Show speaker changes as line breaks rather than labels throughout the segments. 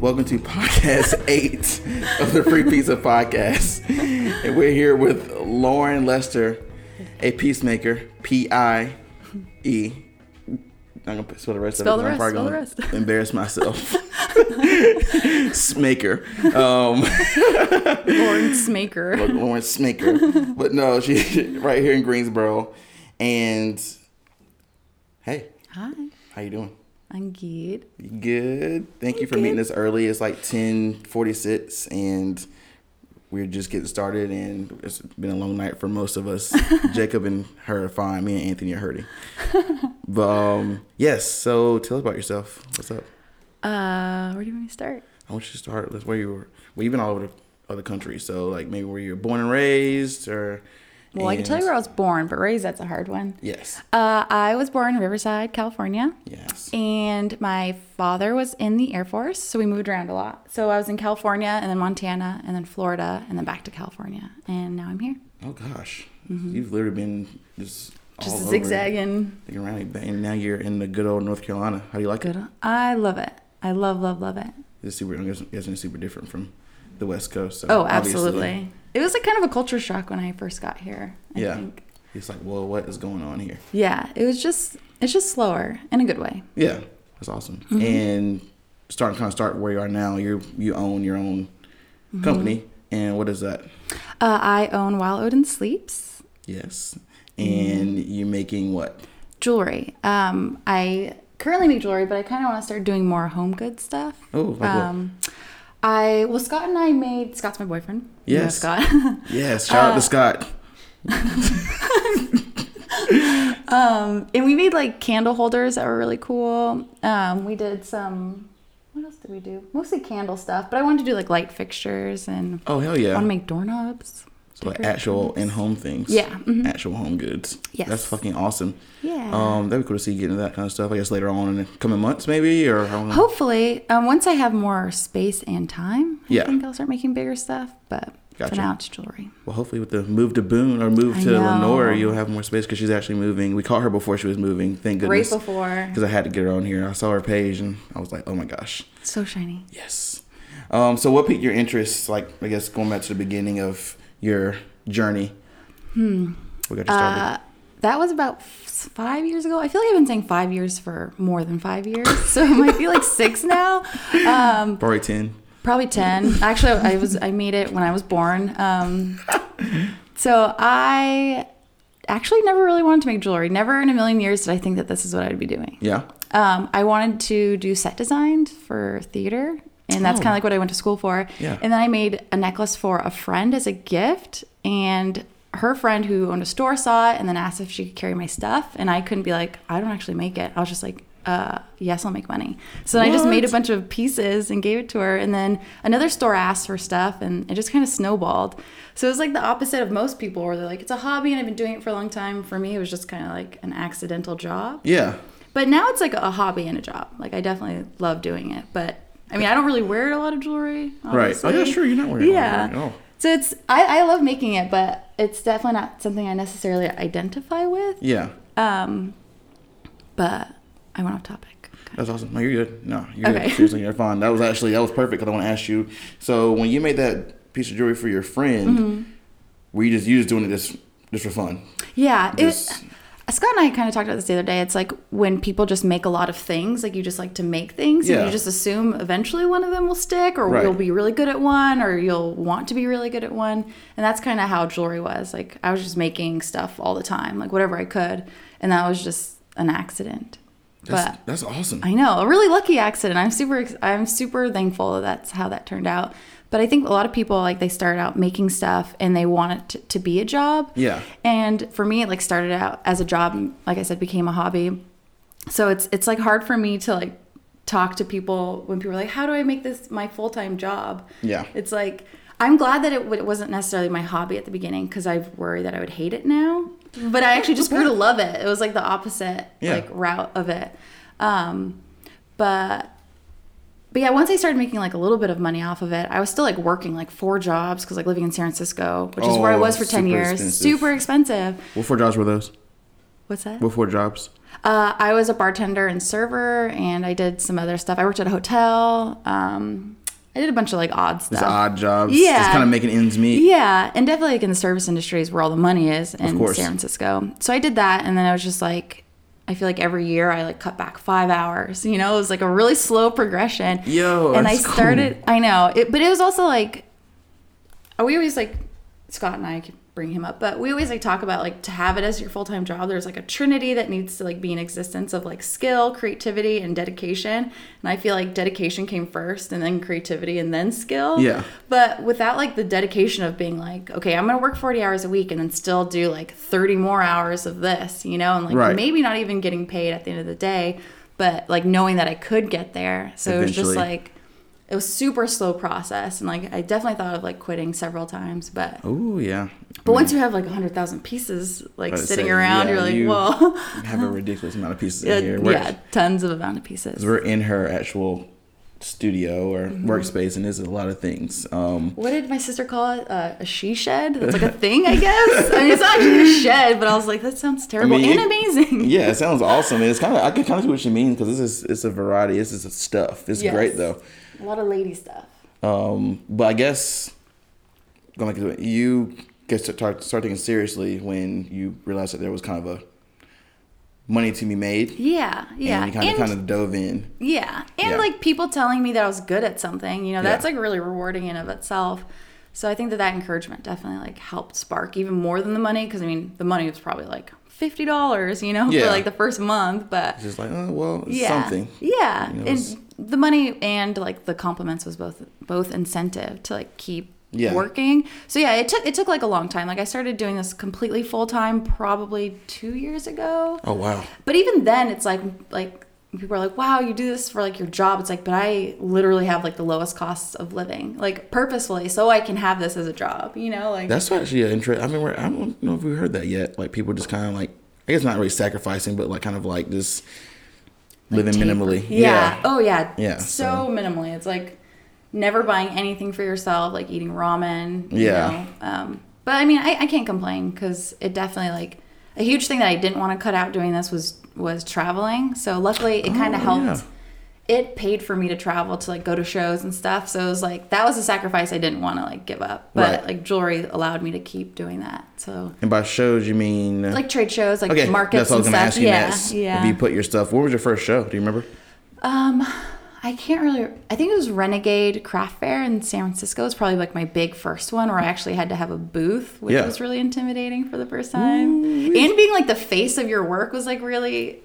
Welcome to podcast eight of the Free Pizza Podcast. And we're here with Lauren Lester, a peacemaker, P I E. I'm going to spell the rest
Spell
of it.
the
'cause I'm
rest,
probably
spell the
gonna Embarrass myself. Smaker. Um,
Lawrence Maker.
Lauren Smaker. But no, she's right here in Greensboro. And hey,
Hi,
how you doing?
I'm Gid.
Good. Thank you for meeting us early. It's like ten forty six, and we're just getting started. And it's been a long night for most of us. Jacob and her are fine. Me and Anthony are hurting. But um, yes. So tell us about yourself. What's up?
Uh, where do you want me to start?
I want you to start with where you were. Well, you've been all over the other country. So like maybe where you were born and raised, or
Well, I can tell you
and-
where I was born, but raised, that's a hard one.
Yes.
Uh, I was born in Riverside, California,
Yes.
and my father was in the Air Force, so we moved around a lot. So I was in California, and then Montana, and then Florida, and then back to California, and now I'm here,
Oh gosh, you've literally been just
Mm-hmm. just
all over,
zigzagging.
looking around, and now you're in the good old North Carolina. How do you like it?
Good. I love it. I love, love, love it.
It's super. I'm guessing guessing it's super different from the West Coast. So
Oh,
obviously,
absolutely. It was like kind of a culture shock when I first got here. I
Yeah.
think.
It's like, well, what is going on here?
Yeah, it was just it's just slower in a good way.
Yeah, that's awesome.
Mm-hmm.
And starting kind of start where you are now. You you own your own
Mm-hmm.
company, and what is that?
Uh, I own While Odin Sleeps
Yes, and
Mm-hmm.
you making what?
jewelry. Um, I currently make jewelry, but I kind of want to start doing more home goods stuff.
Oh, like what?
um, I well, Scott and I made Scott's my boyfriend. You know
Yes.
Scott.
Yes, shout
uh,
out to Scott.
um, and we made like candle holders that were really cool. Um, we did some. What else did we do? Mostly candle stuff, but I wanted to do like light fixtures and
Oh hell
I want
yeah!
to make doorknobs.
So like actual in home things.
Yeah, mhm.
Actual home goods.
Yes.
That's fucking awesome.
Yeah.
Um, that'd be cool to see you getting into that kind of stuff. I guess later on in the coming months, maybe or I don't know.
Hopefully, um, once I have more space and time, I
Yeah.
think I'll start making bigger stuff. But
Gotcha.
for now, it's jewelry.
Well, hopefully with the move to Boone or move
I
to
know.
Lenore, you'll have more space because she's actually moving. We caught her before she was moving. Thank goodness.
Right before,
Because I had to get her on here. I saw her page and I was like, oh my gosh,
so shiny.
yes. Um, so what piqued your interest? Like, I guess going back to the beginning of your journey. Hmm. We got you started.
Uh, that was about f- five years ago. I feel like I've been saying five years for more than five years, so it might be like six now. Um,
Probably ten.
probably ten. Actually, I was I made it when I was born. Um, so I actually never really wanted to make jewelry. Never in a million years did I think that this is what I'd be doing.
Yeah.
Um, I wanted to do set design for theater, and that's
Oh.
kind of like what I went to school for.
Yeah.
And then I made a necklace for a friend as a gift, and her friend who owned a store saw it and then asked if she could carry my stuff, and I couldn't be like, I don't actually make it. I was just like. Uh, yes, I'll make money. So then I just made a
What?
bunch of pieces and gave it to her. And then another store asked for stuff and it just kind of snowballed. So it was like the opposite of most people where they're like, it's a hobby and I've been doing it for a long time. For me, it was just kind of like an accidental job.
Yeah.
But now it's like a hobby and a job. Like I definitely love doing it, but I mean I don't really wear a lot of jewelry.
Right. Oh, yeah,
obviously.
sure, you're not wearing a lot of
Yeah.
jewelry at all.
So it's I, I love making it, but it's definitely not something I necessarily identify with.
Yeah.
Um, but I went off topic.
That's awesome. No, you're good. No, you're
Okay.
good. Seriously, you're fine. That was actually that was perfect because I want to ask you. So when you made that piece of jewelry for your friend,
Mm-hmm.
were you just you just doing it just just for fun?
Yeah, it,
Just-
Scott and I kind of talked about this the other day. It's like when people just make a lot of things, like you just like to make things,
Yeah.
and you just assume eventually one of them will stick, or
Right.
you'll be really good at one, or you'll want to be really good at one. And that's kind of how jewelry was. Like I was just making stuff all the time, like whatever I could, and that was just an accident.
That's,
but
that's awesome.
I know a really lucky accident. I'm super. ex- I'm super thankful that that's how that turned out. But I think a lot of people like they start out making stuff and they want it to, to be a job.
Yeah.
And for me, it like started out as a job, and like I said, became a hobby. So it's it's like hard for me to like talk to people when people are like, "How do I make this my full time job?"
Yeah.
It's like I'm glad that it, w- it wasn't necessarily my hobby at the beginning because I worry that I would hate it now. But I actually just grew to love it. It was like the opposite
Yeah.
like route of it. Um, but but yeah, once I started making like a little bit of money off of it, I was still like working like four jobs because like living in San Francisco, which is where I
Oh,
was for ten
super
years,
expensive.
super expensive.
What four jobs were those?
What's that?
What four jobs?
Uh, I was a bartender and server, and I did some other stuff. I worked at a hotel. Um, I did a bunch of like odd stuff.
It's odd jobs.
Yeah.
Just kind of making ends meet.
Yeah, and definitely like in the service industry is where all the money is in
course.
San Francisco. So I did that, and then I was just like, I feel like every year I like cut back five hours. You know, it was like a really slow progression.
Yo,
and I
that's cool.
started. I know, it, but it was also like, are we always like Scott and I could bring him up, but we always like talk about like to have it as your full time job. There's like a trinity that needs to like be in existence of like skill, creativity, and dedication. And I feel like dedication came first, and then creativity, and then skill.
Yeah.
But without like the dedication of being like, okay, I'm gonna work 40 hours a week and then still do like 30 more hours of this, you know, and like
Right.
maybe not even getting paid at the end of the day, but like knowing that I could get there. So it was just
Eventually.
like it was super slow process, and like I definitely thought of like quitting several times, but
Oh yeah.
but once you have like 100,000 pieces like
About to
sitting
say,
around,
yeah,
you're like,
you-
whoa,
have a ridiculous amount of pieces in here. We're,
yeah, tons of amount of pieces.
we're in her actual studio or
Mm-hmm.
workspace, and there's a lot of things. Um,
what did my sister call it? Uh, a she shed? That's like a thing, I guess. I mean, it's not actually a shed, but I was like, that sounds terrible
mean,
and
it-
amazing.
yeah, it sounds awesome. It's kind of I can kind of see what you mean because this is it's a variety. This is stuff. It's
Yes.
great though.
A lot of lady stuff.
Um, but I guess going back to it, you get to start, start taking seriously when you realized that there was kind of a money to be made,
Yeah, yeah,
and you kind of kind of dove in.
yeah, and
Yeah.
like people telling me that I was good at something. You know, that's
Yeah.
like really rewarding in of itself. So I think that that encouragement definitely like helped spark even more than the money because I mean the money was probably like fifty dollars, you know, for
Yeah.
like the first month, but
It's Just like oh well, it's
yeah,
something.
yeah,
You know, it's-
and the money and like the compliments was both both incentive to like keep
Yeah.
working. So yeah, it took it took like a long time. Like I started doing this completely full time probably two years ago.
Oh wow.
But even then, it's like like people are like, "Wow, you do this for like your job." It's like, but I literally have like the lowest costs of living, like purposefully, so I can have this as a job. You know, like
That's actually an interest. I mean, we're, I don't know if we heard that yet. Like people just kind of like, I guess not really sacrificing, but like kind of like just living
taper.
minimally.
Yeah. Oh yeah.
Yeah,
So, minimally, it's like never buying anything for yourself, like eating ramen. you
Yeah.
know? Um, but I mean, I, I can't complain because it definitely like a huge thing that I didn't want to cut out doing this was was traveling. So luckily, it kind
Oh,
of
yeah.
helped. It paid for me to travel to like go to shows and stuff. So it was like that was a sacrifice I didn't want to like give up. But
Right.
like jewelry allowed me to keep doing that. So
And by shows, you mean uh,
like trade shows, like
okay?
markets
that's what I was
and
gonna
stuff.
ask you
yeah.
next.
Yeah.
If you put your stuff, what was your first show? Do you remember?
Um, I can't really. I think it was Renegade Craft Fair in San Francisco. It's probably like my big first one where I actually had to have a booth, which
Yeah.
was really intimidating for the first time. And being like the face of your work was like really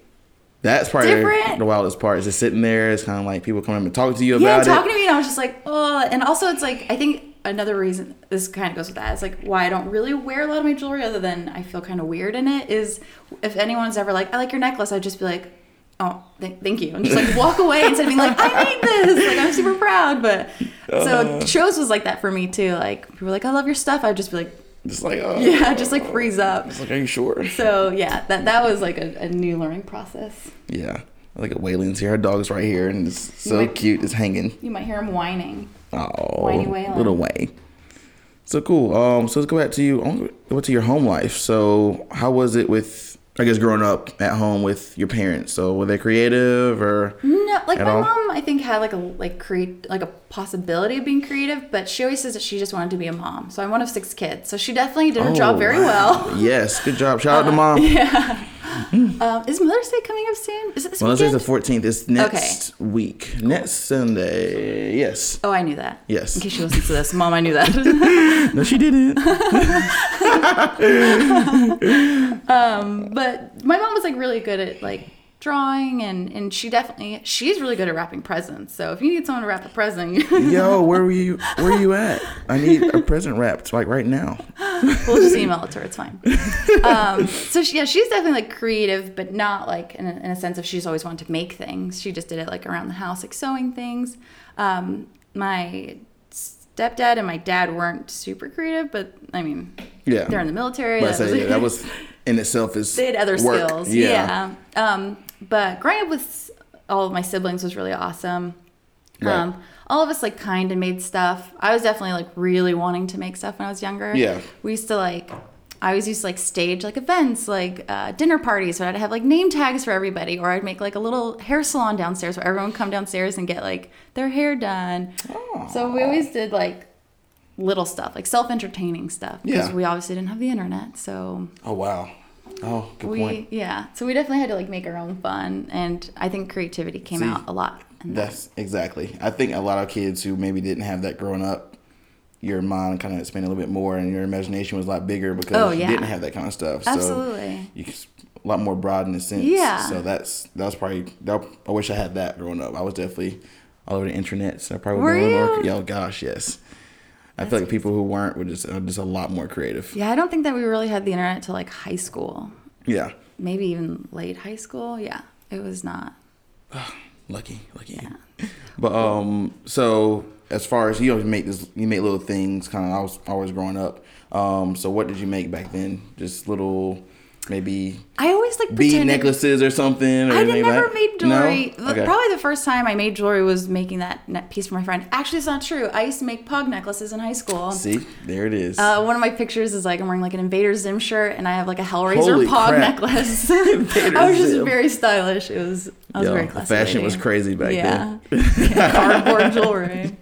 That's probably
Different.
the wildest part. Is just sitting there. It's kind of like people coming up and talking to you
yeah
about
talking
it.
to me, and I was just like, oh. And also, it's like I think another reason this kind of goes with that is like why I don't really wear a lot of my jewelry other than I feel kind of weird in it. Is if anyone's ever like, I like your necklace, I'd just be like. Oh, th- thank you. And just like walk away instead of being like, I made this. Like, I'm super proud. But so
Uh-huh.
shows was like that for me too. Like, people were like, I love your stuff. I'd just be like,
Just like oh,
yeah, just like freeze up.
It's like, are you sure?
So, yeah, that, that was like a, a new learning process.
Yeah. Like a Waylon's here. Her dog's right here, and it's so
might-
cute. It's hanging.
You might hear him whining.
Oh,
Whiny Waylon.
little way. So cool. Um, so let's go back to you. I wanna Go to your home life. So how was it with? I guess growing up at home with your parents. So were they creative or?
No, like
at
my
all?
mom, I think had like a like create like a possibility of being creative, but she always says that she just wanted to be a mom. So I'm one of six kids, so she definitely did her job
Oh,
very
wow.
well.
Yes, good job. Shout out to mom.
Um, is Mother's Day coming up soon? Is it this
well, this is
weekend?
the fourteenth. It's next week, next Sunday. Yes.
oh, I knew that.
Yes.
In case she listens to this, mom, I knew that.
No, she didn't.
um, but my mom was like really good at like drawing, and and she definitely she's really good at wrapping presents. So if you need someone to wrap a present,
Yo, where were you? Where you at? I need a present wrapped like right now.
we'll just email it to her. It's fine. Um, so she, yeah, she's definitely like creative, but not like in a, in a sense of she's always wanted to make things. She just did it like around the house, like sewing things. Um, my stepdad and my dad weren't super creative, but I mean,
Yeah.
they're in the military.
But I
that
say,
was-
yeah, that was in itself is
they had other
work.
skills. Yeah. Um, but growing up with all of my siblings was really awesome.
Right.
Um, all of us like kind of made stuff. I was definitely like really wanting to make stuff when I was younger.
Yeah.
We used to like, I always used to like stage like events, like uh, dinner parties, where I'd have like name tags for everybody, or I'd make like a little hair salon downstairs where everyone would come downstairs and get like their hair done.
Oh.
So we always did like little stuff, like self entertaining stuff, because
Yeah.
we obviously didn't have the internet. So
Oh wow. Oh, good
we
point.
yeah, so we definitely had to like make our own fun, and I think creativity came
See,
out a lot. And
That's exactly. I think a lot of kids who maybe didn't have that growing up, your mind kind of expanded a little bit more, and your imagination was a lot bigger because
Oh, yeah.
you didn't have that kind of stuff. So
Absolutely.
you can, a lot more broad in a sense.
Yeah.
So that's that's probably. That, I wish I had that growing up. I was definitely all over the internet. So I probably
Were
would've been a little
you?
more- Yo, gosh, yes. I feel like people who weren't were just uh, just a lot more creative.
yeah, I don't think that we really had the internet till like high school,
Yeah.
maybe even late high school. Yeah, it was not.
Lucky, lucky. But um, so as far as you always make this, you make little things. Kind of, I was always growing up. Um, so what did you make back then? Just little, maybe
I always like
bead
pretended-
necklaces or something. Or
I
anything
had never
like?
made jewelry.
No?
The-
Okay.
Probably the first time I made jewelry was making that net piece for my friend. Actually, it's not true. I used to make pug necklaces in high school.
See, there it is.
Uh, one of my pictures is like I'm wearing like an Invader Zim shirt and I have like a Hellraiser
Holy
pog
crap.
necklace.
Invader
I was just
Zim.
very stylish. It was I was
Yo,
very
the
classy.
fashion
lady.
was crazy back
yeah. yeah. Cardboard jewelry.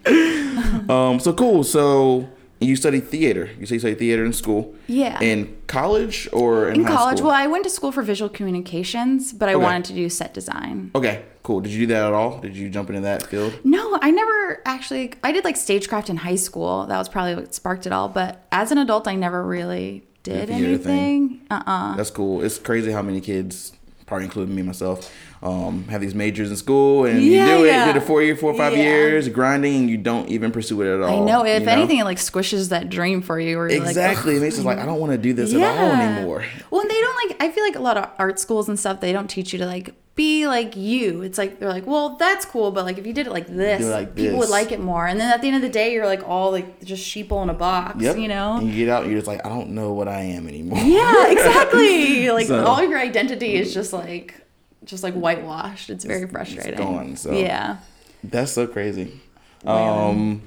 um, so cool. So you studied theater. You say you studied theater in school.
Yeah.
In college or in,
In
high
college,
school?
well, I went to school for visual communications, but I
Okay.
wanted to do set design.
okay, cool. Did you do that at all? Did you jump into that field?
No, I never actually. I did like stagecraft in high school. That was probably what sparked it all. But as an adult, I never really did
The theater thing.
anything. Uh uh
That's cool. It's crazy how many kids, probably including me myself, um, have these majors in school and
Yeah,
you do it,
yeah.
you did it four year, four or five
Yeah.
years, grinding, and you don't even pursue it at
I
all.
know. If
Oh, you
anything, it like squishes that dream for you. Where you're
exactly. it makes us like, I don't want to do this
Like,
at all anymore.
Well, and they don't like. I feel like a lot of art schools and stuff. They don't teach you to like be like you. It's like they're like, well, that's cool, but like if you did it like this,
it like
people would
this.
like it more. And then at the end of the day, you're like all like just sheeple in a box.
Yep.
You know.
And you get out, and you're just like, I don't know what I am anymore.
Yeah, exactly. Like
So-
all your identity is just like just like whitewashed. It's very frustrating.
gone, so-
Yeah.
That's so crazy. Um,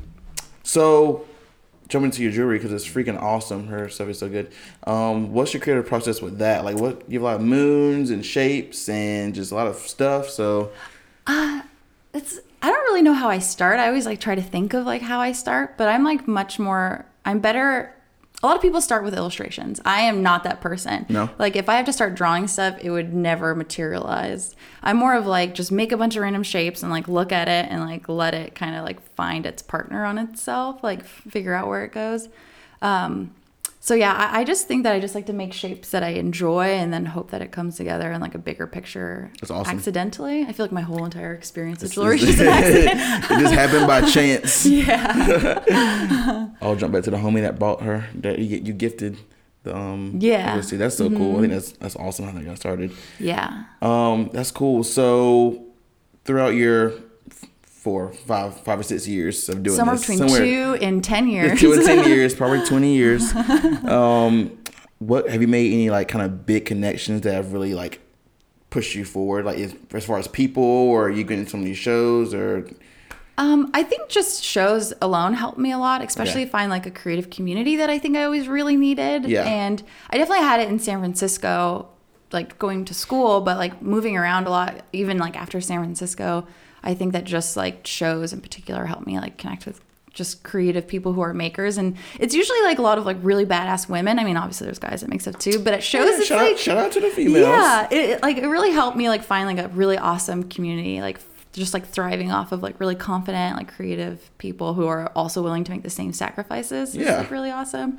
so jump into your jewelry because it's freaking awesome. Her stuff is so good. Um, what's your creative process with that? Like, what you have a lot of moons and shapes and just a lot of stuff. So
It's I don't really know how I start. I always like try to think of like how I start, but I'm like much more I'm better a lot of people start with illustrations. I am not that person.
No.
Like if I have to start drawing stuff, it would never materialize. I'm more of like just make a bunch of random shapes and like look at it and like let it kind of like find its partner on itself, like f- figure out where it goes. Um, so yeah, I, I just think that I just like to make shapes that I enjoy and then hope that it comes together in like a bigger picture.
That's awesome.
Accidentally, I feel like my whole entire experience with jewelry
it
is just an accident.
just happened by chance.
Yeah.
I'll jump back to the homie that bought her that you, you gifted. The, um,
Yeah. Mm-hmm.
let's See, that's so cool. I think that's that's awesome how that got started.
Yeah.
Um, that's cool. So throughout your f- four, five, five or six years of doing
Somewhere
this,
between two and ten years.
two and ten years, probably twenty years. Um, what have you made any like kind of big connections that have really like pushed you forward, like as, as far as people, or you getting some of these shows, or
Um, I think just shows alone helped me a lot, especially
Okay.
find like a creative community that I think I always really needed.
Yeah.
And I definitely had it in San Francisco, like going to school, but like moving around a lot, even like after San Francisco, I think that just like shows in particular helped me like connect with just creative people who are makers. And it's usually like a lot of like really badass women. I mean, obviously there's guys that make stuff too, but at shows it's
shout,
like
out, shout out to the females.
yeah, it, it, like it really helped me like find like a really awesome community, like f- just like thriving off of like really confident, like creative people who are also willing to make the same sacrifices. It's
Yeah.
like really awesome.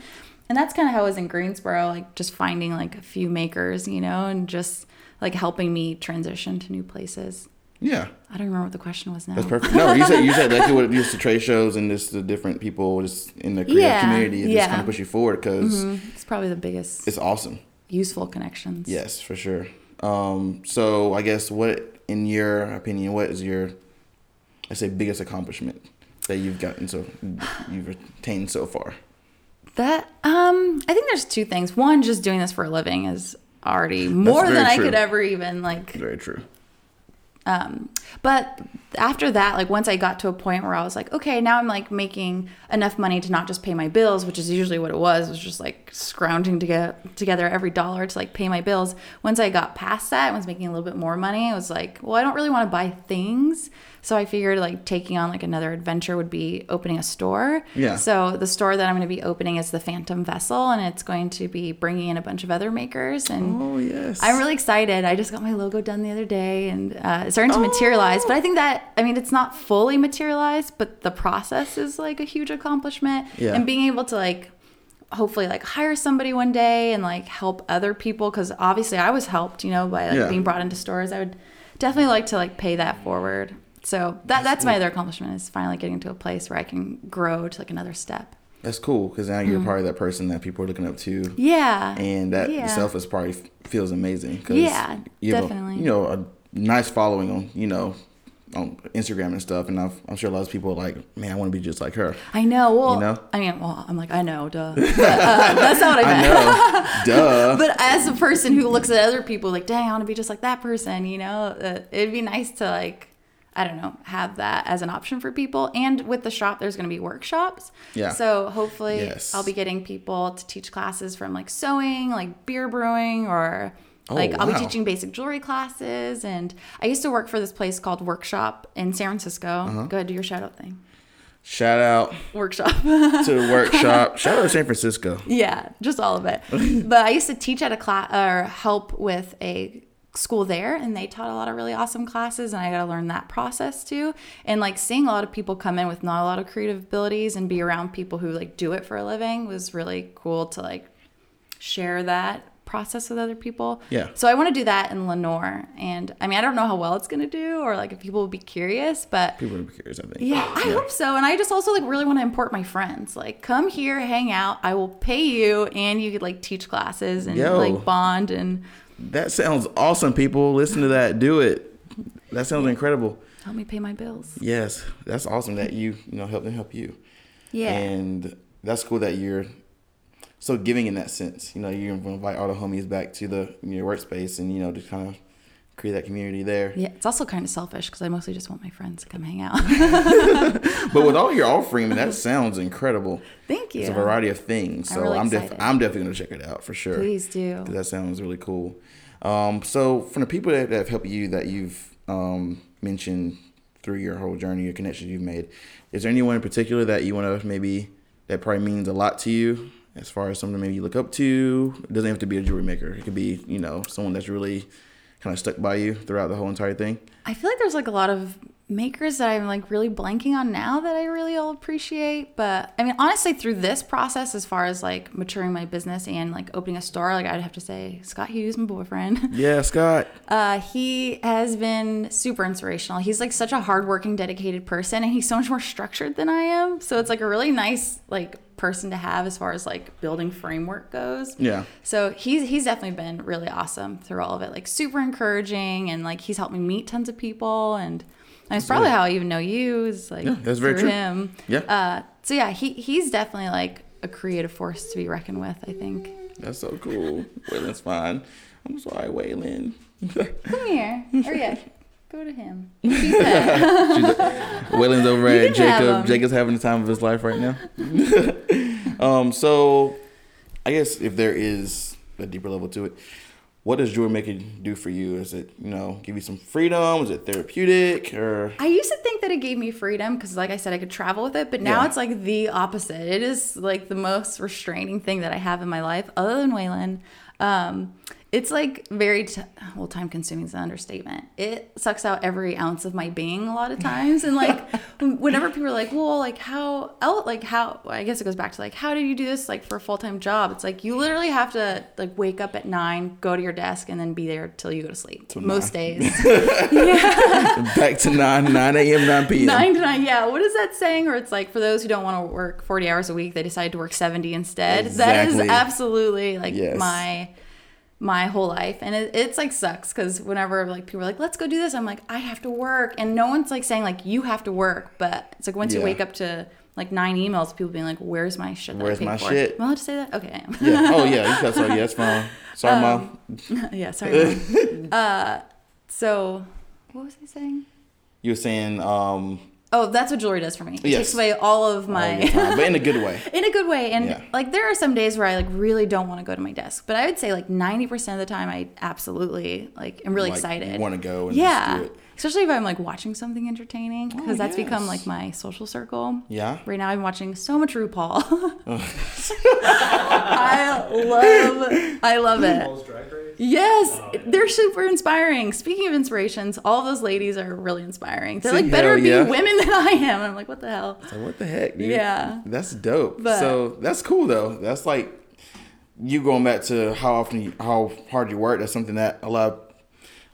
And that's kind of how I was in Greensboro, like just finding like a few makers, you know, and just like helping me transition to new places.
yeah.
I don't remember what the question was now.
That's perfect. No, you said you said exactly what just the trade shows and just the different people just in the creative
Yeah,
community and just
yeah.
kind of push you forward because
Mhm. It's probably the biggest
it's awesome.
useful connections.
Yes, for sure. Um, so I guess what, in your opinion, what is your, I say, biggest accomplishment that you've gotten so you've attained so far?
That um, I think there's two things. One, just doing this for a living is already more
very
than I
true.
could ever even like
Very true.
Um, but after that, like once I got to a point where I was like, okay, now I'm like making enough money to not just pay my bills, which is usually what it was, was just like scrounging to get together every dollar to like pay my bills. Once I got past that and was making a little bit more money, I was like, well, I don't really want to buy things. So I figured like taking on like another adventure would be opening a store.
Yeah.
So the store that I'm going to be opening is the Phantom Vessel, and it's going to be bringing in a bunch of other makers and
Oh yes.
I'm really excited. I just got my logo done the other day and uh, it's starting to materialize. But I think that, I mean, it's not fully materialized, but the process is like a huge accomplishment.
Yeah.
And being able to like, hopefully like hire somebody one day and like help other people because obviously I was helped, you know, by like
Yeah.
being brought into stores. I would definitely like to like pay that forward. So that, that's my other accomplishment is finally getting to a place where I can grow to like another step.
That's cool because now
Mm-hmm.
you're part of that person that people are looking up to.
Yeah.
and that
Yeah.
itself is probably f- feels amazing. 'cause
Yeah,
you have a-
definitely.
you know, a nice following on you know on Instagram and stuff, and I've, I'm sure a lot of people are like, man, I want to be just like her.
I know. Well,
You know?
I mean, well, I'm like, I know, duh. But, uh, that's not what I
I
meant.
know, duh.
but as a person who looks at other people like dang i want to be just like that person you know uh, it'd be nice to like i don't know have that as an option for people and with the shop there's going to be workshops
Yeah.
so hopefully
Yes.
i'll be getting people to teach classes from like sewing like beer brewing or like I'll be
Oh, wow.
teaching basic jewelry classes, and I used to work for this place called Workshop in San Francisco.
Uh-huh.
Go ahead, do your shout out thing.
Shout out
Workshop.
to the workshop. Shout out to San Francisco.
Yeah, just all of it. but I used to teach at a class or help with a school there, and they taught a lot of really awesome classes, and I got to learn that process too. And like seeing a lot of people come in with not a lot of creative abilities and be around people who like do it for a living was really cool to like share that process with other people.
Yeah.
So I want to do that in Lenore, and I mean I don't know how well it's gonna do or like if people will be curious, but
People would be curious, I think.
yeah, I hope so. And I just also like really want to import my friends. Like, come here, hang out. I will pay you, and you could like teach classes and
Yo.
like bond and
That sounds awesome. People, listen to that. Do it. That sounds incredible.
help me pay my bills.
Yes, that's awesome that you you know help them help you.
Yeah,
And that's cool that you're so giving in that sense. You know, you invite all the homies back to the your workspace and, you know, to kind of create that community there.
yeah. It's also kind of selfish because I mostly just want my friends to come hang out.
But with all your offering, man, that sounds incredible.
Thank you.
It's a variety of things.
I'm
So I'm,
really
def-
excited.
I'm definitely going to check it out for sure.
Please do.
'Cause That sounds really cool. Um, so from the people that that have helped you that you've um, mentioned through your whole journey, your connections you've made, is there anyone in particular that you want to maybe that probably means a lot to you as far as something maybe you look up to? It doesn't have to be a jewelry maker. It could be you know someone that's really kind of stuck by you throughout the whole entire thing.
I feel like there's like a lot of makers that I'm like really blanking on now that I really all appreciate. But I mean, honestly, through this process, as far as like maturing my business and like opening a store, like I'd have to say Scott Hughes, my boyfriend.
Yeah, Scott.
Uh, he has been super inspirational. He's like such a hardworking, dedicated person, and he's so much more structured than I am. So it's like a really nice like person to have as far as like building framework goes.
Yeah.
So he's he's definitely been really awesome through all of it. Like super encouraging, and like he's helped me meet tons of people, and and it's probably how I even know you is like
Yeah, that's very
through
true.
him.
Yeah.
Uh, so yeah, he he's definitely like a creative force to be reckoned with. I think.
That's so cool. Wayland's fine. I'm sorry, Waylon.
Come here, or yeah, go to him.
Waylon's over at
can have
Jacob.
him.
Jacob's having the time of his life right now. um, so I guess if there is a deeper level to it, what does jewelry making do for you? Is it, you know, give you some freedom? Is it therapeutic or
I used to think that it gave me freedom because, like I said, I could travel with it, but now
Yeah.
it's like the opposite. It is like the most restraining thing that I have in my life, other than Waylon. Um, it's like very t- well time consuming is an understatement. It sucks out every ounce of my being a lot of times, and like whenever people are like, "Well, like how el like how?" I guess it goes back to like, "How do you do this like for a full time job?" It's like you literally have to like wake up at nine, go to your desk, and then be there till you go to sleep. Most days.
back to 9, 9 a.m., 9 p.m.?
Nine to nine, yeah. What is that saying? Or it's like for those who don't want to work forty hours a week, they decide to work seventy instead. That
Exactly.
is absolutely like
Yes.
my my whole life, and it, it's like sucks because whenever like people are like, "Let's go do this," I'm like, "I have to work," and no one's like saying like you have to work, but it's like once
Yeah.
you wake up to like nine emails, people being like, "Where's my shit? That
Where's
I paid
my
for?
shit?
Am I allowed to say that? Okay, I am.
Yeah. Oh, yeah. You got sorry.
Um,
Yeah, that's fine. Sorry, mom.
yeah, sorry. Mom. uh, so what was I saying?
You were saying, um,
Oh, that's what jewelry does for me. It
Yes.
takes away all of
all
my
your time, but in a good way.
in a good way. And
Yeah.
like there are some days where I like really don't want to go to my desk, but I would say like 90% of the time I absolutely like am really
Like,
excited.
You want to go and just
yeah.
do it.
Especially if I'm like watching something entertaining because
Oh,
that's become
yes.
like my social circle.
Yeah.
Right now I'm watching so much RuPaul. I love I love it.
Paul's Drag Race. Oh,
Yes, they're super inspiring. Speaking of inspirations, all those ladies are really inspiring. They're
See,
like
hell
better at being
yeah.
women than I am. And I'm like, what the hell?
Like, what the heck, dude?
Yeah.
That's dope.
But-
so that's cool though. That's like you going back to how often you, how hard you work. That's something that a lot of,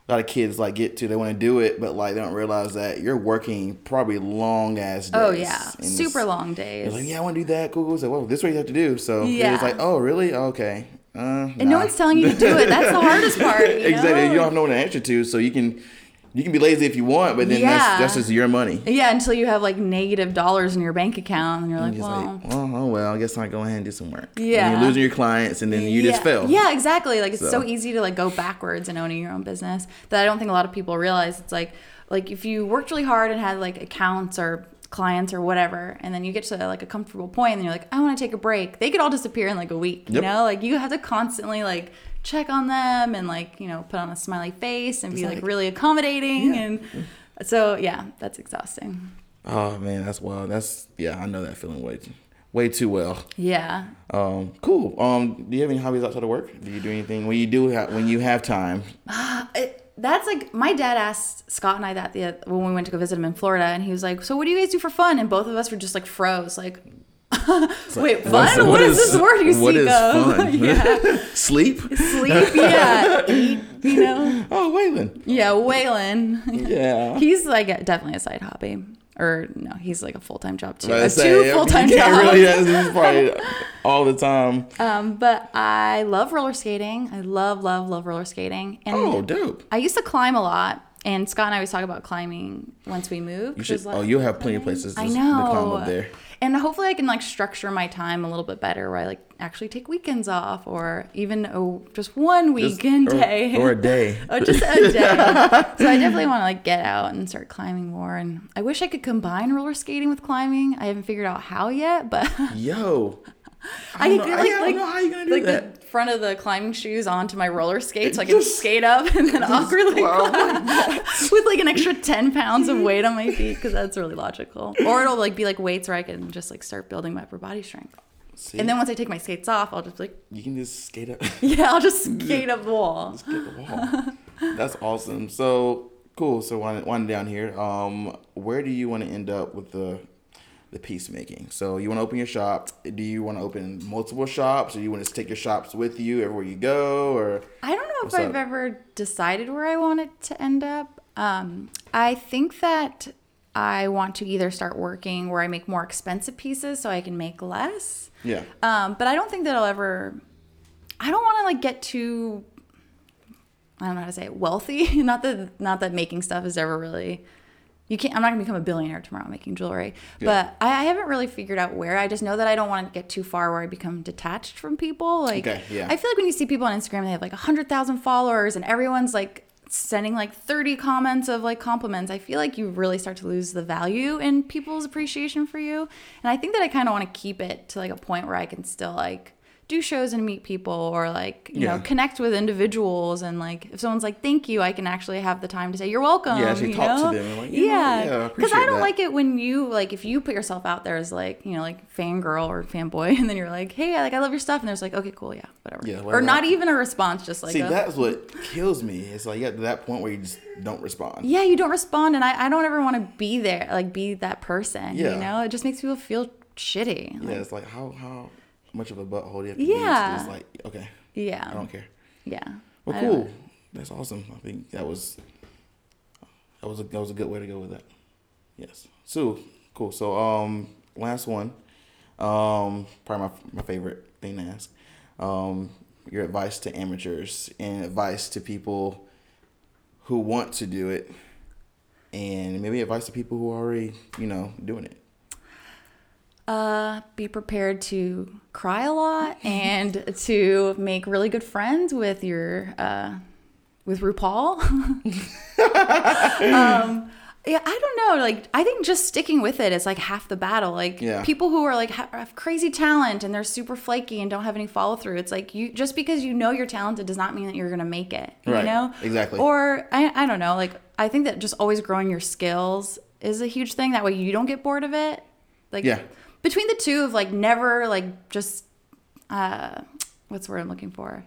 a lot of kids like get to. They want to do it, but like they don't realize that you're working probably long ass days.
Oh yeah,
And it's-
super long days.
It's like yeah, I want to do that. Cool. cool. It's like well, this is what you have to do. So
Yeah.
it's like oh really okay. Uh,
and no one's telling you to do it. That's the hardest part. you
exactly.
know?
You don't have no one to answer to, so you can you can be lazy if you want, but then
Yeah.
that's that's just your money.
Yeah, until you have like negative dollars in your bank account, and you're like,
Just
well.
like, oh, oh, well, I guess I'll go ahead and do some work. And
Yeah.
you're losing your clients and then you
yeah.
just fail.
Yeah, exactly. Like it's so.
So.
easy to like go backwards in owning your own business that I don't think a lot of people realize. It's like like if you worked really hard and had like accounts or clients or whatever, and then you get to like a comfortable point and you're like, I want to take a break. They could all disappear in like a week. You
Yep.
know, like you have to constantly like check on them and like you know put on a smiley face and be like,
like-
really accommodating
Yeah.
and so yeah, that's exhausting.
Oh man, that's wild. That's yeah, I know that feeling way way too well.
Yeah.
Um, cool. Um, do you have any hobbies outside of work? Do you do anything when you do ha- when you have time?
it, that's like my dad asked Scott and I that the when we went to go visit him in Florida, and he was like, "So what do you guys do for fun?" And both of us were just like froze, like, "Wait, fun?
What's-
what, what is, this word you
what
speak
is
of?
fun?
yeah,
Sleep?
sleep, yeah, eat, you know,
Oh, Waylon.
yeah, Waylon.
Yeah.
he's like definitely a side hobby, or no, he's like a full time job too,
I
uh,
say,
two
you
full time
can't
jobs.
Really, that's that's probably all the time.
Um, but I love roller skating. I love, love, love roller skating. And
Oh, dope.
I used to climb a lot, and Scott and I always talk about climbing once we move.
You should. Oh, you'll have plenty of places to,
I
s- to
know.
climb up there.
And hopefully, I can like structure my time a little bit better, where I like actually take weekends off, or even oh, just one
Just-
weekend
or-
day,
or a day.
or just a day. so I definitely want to like get out and start climbing more. And I wish I could combine roller skating with climbing. I haven't figured out how yet, but.
Yo.
I,
don't
could
know-
like,
I don't
like,
know how you're gonna do
like
that.
the front of the climbing shoes onto my roller skates, so I can
Just-
skate up and then awkwardly
wow.
climb with like an extra ten pounds of weight on my feet because that's really logical. Or it'll like be like weights where I can just like start building my upper body strength.
See,
And then once I take my skates off, I'll just like
you can just skate up.
yeah, I'll just skate up the wall.
Skip the wall. That's awesome. So cool. So one, one down here. Um, where do you want to end up with the the peacemaking? So you want to open your shop? Do you want to open multiple shops, or you want to take your shops with you everywhere you go? Or
I don't know if
What's
I've
up?
ever decided where I want it to end up. Um, I think that I want to either start working where I make more expensive pieces so I can make less.
yeah,
Um, but I don't think that I'll ever. I don't want to like get too. I don't know how to say it. Wealthy. not that. Not that making stuff is ever really. You can't. I'm not gonna become a billionaire tomorrow making jewelry.
Yeah.
But I, I haven't really figured out where. I just know that I don't want to get too far where I become detached from people. Like,
Okay, yeah.
I feel like when you see people on Instagram, they have like hundred thousand followers, and everyone's like sending like 30 comments of like compliments i feel like you really start to lose the value in people's appreciation for you and i think that i kind of want to keep it to like a point where i can still like do shows and meet people or like you
Yeah.
know connect with individuals and like if someone's like thank you i can actually have the time to say you're welcome
Yeah, actually
you
talk to
know?
them and, like, you know, yeah, I
yeah because i
appreciate
don't
that.
like it when you like if you put yourself out there as like you know like fangirl or fanboy and then you're like hey I like i love your stuff and there's like okay cool yeah whatever
Yeah,
or
whatever.
not even a response just like
see,
a,
that's what kills me. It's like you get to that point where you just don't respond.
yeah, you don't respond, and I, I don't ever want to be there, like be that person.
Yeah.
You know, it just makes people feel shitty.
Yeah,
Like,
it's like how how much of a butthole do you have to
Yeah.
be to just like okay,
yeah.
I don't care.
Yeah.
Well,
I don't-
cool. That's awesome. I think that was that was a that was a good way to go with that. Yes. So cool. So um, last one, um, probably my my favorite thing to ask, um, your advice to amateurs and advice to people who want to do it, and maybe advice to people who are already you know doing it.
Uh, be prepared to cry a lot and to make really good friends with your uh, with RuPaul. Um, Yeah, I don't know. Like, I think just sticking with it is like half the battle. Like,
Yeah.
people who are like ha- have crazy talent and they're super flaky and don't have any follow through. It's like you just because you know you're talented does not mean that you're gonna make it.
Right.
You know
Exactly.
Or I, I don't know. Like, I think that just always growing your skills is a huge thing. That way you don't get bored of it. Like,
Yeah.
between the two of like never like just uh, what's the word I'm looking for?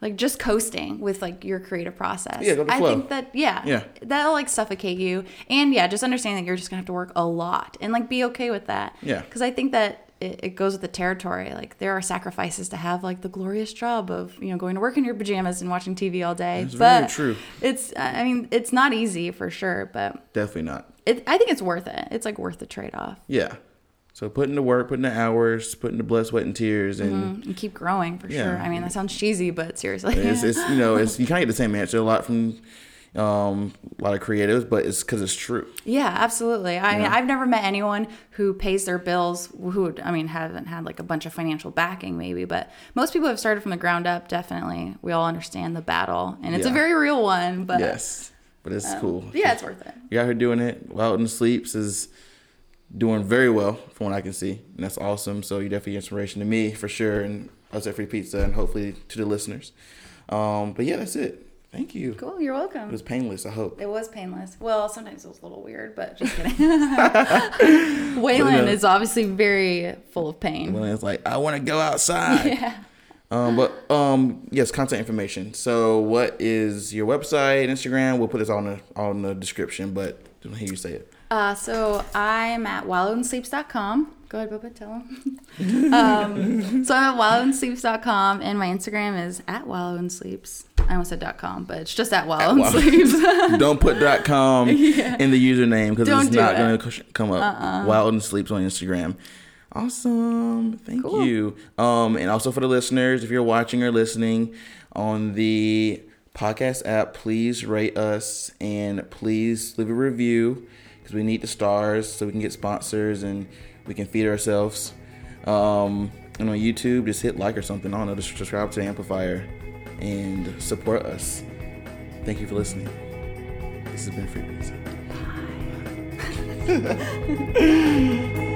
Like just coasting with like your creative process.
Yeah, go with the
I
flow.
think that yeah,
Yeah.
that'll like suffocate you. And yeah, just understand that you're just gonna have to work a lot and like be okay with that.
Yeah.
because I think that it, it goes with the territory. Like there are sacrifices to have like the glorious job of you know going to work in your pajamas and watching TV all day.
It's very
but
true.
It's I mean it's not easy for sure, but
Definitely not.
it, I think it's worth it. It's like worth the trade off.
Yeah. So put in the work, put in the hours, put in the blood, sweat, and tears, and
And keep growing for
Yeah.
sure. I mean, that sounds cheesy, but seriously.
It's, it's you know it's you kind of get the same answer a lot from um, a lot of creatives, but it's because it's true.
Yeah, absolutely. I mean, I've never met anyone who pays their bills who, I mean, haven't had like a bunch of financial backing, maybe, but most people have started from the ground up, definitely. We all understand the battle, and it's
Yeah.
a very real one, but
Yes, but it's cool.
Um, yeah, it's worth it.
You're out here doing it. Wild and Sleeps is doing very well from what I can see, and that's awesome. So you're definitely inspiration to me for sure, and us at Free Pizza, and hopefully to the listeners. Um, but yeah, that's it. Thank you.
Cool. You're
It
welcome.
was painless. I hope.
It was painless. Well, sometimes it was a little weird, but just kidding. Waylon
But, uh,
is obviously very full of pain.
When it's like I want to go outside. Um, but um, yes, contact information. So, what is your website, Instagram? We'll put this on the on the description, but I don't hear you say it.
Uh, so I'm at wildondsleeps.com. Go ahead, Bubba, tell them. um, so I'm at wildondsleeps.com, and my Instagram is at wildondsleeps. I almost said .com, but it's just at wildondsleeps.
Don't put .com in the username because
Don't
it's
do
not
it. Uh-uh.
going to come up. Wild and Sleeps on Instagram. Awesome. Thank
Cool.
you. Um, and also for the listeners, if you're watching or listening on the podcast app, please rate us and please leave a review because we need the stars so we can get sponsors and we can feed ourselves. Um, and on YouTube, just hit like or something. I don't know. Just subscribe to Amplifier and support us. Thank you for listening. This has been Free Pizza.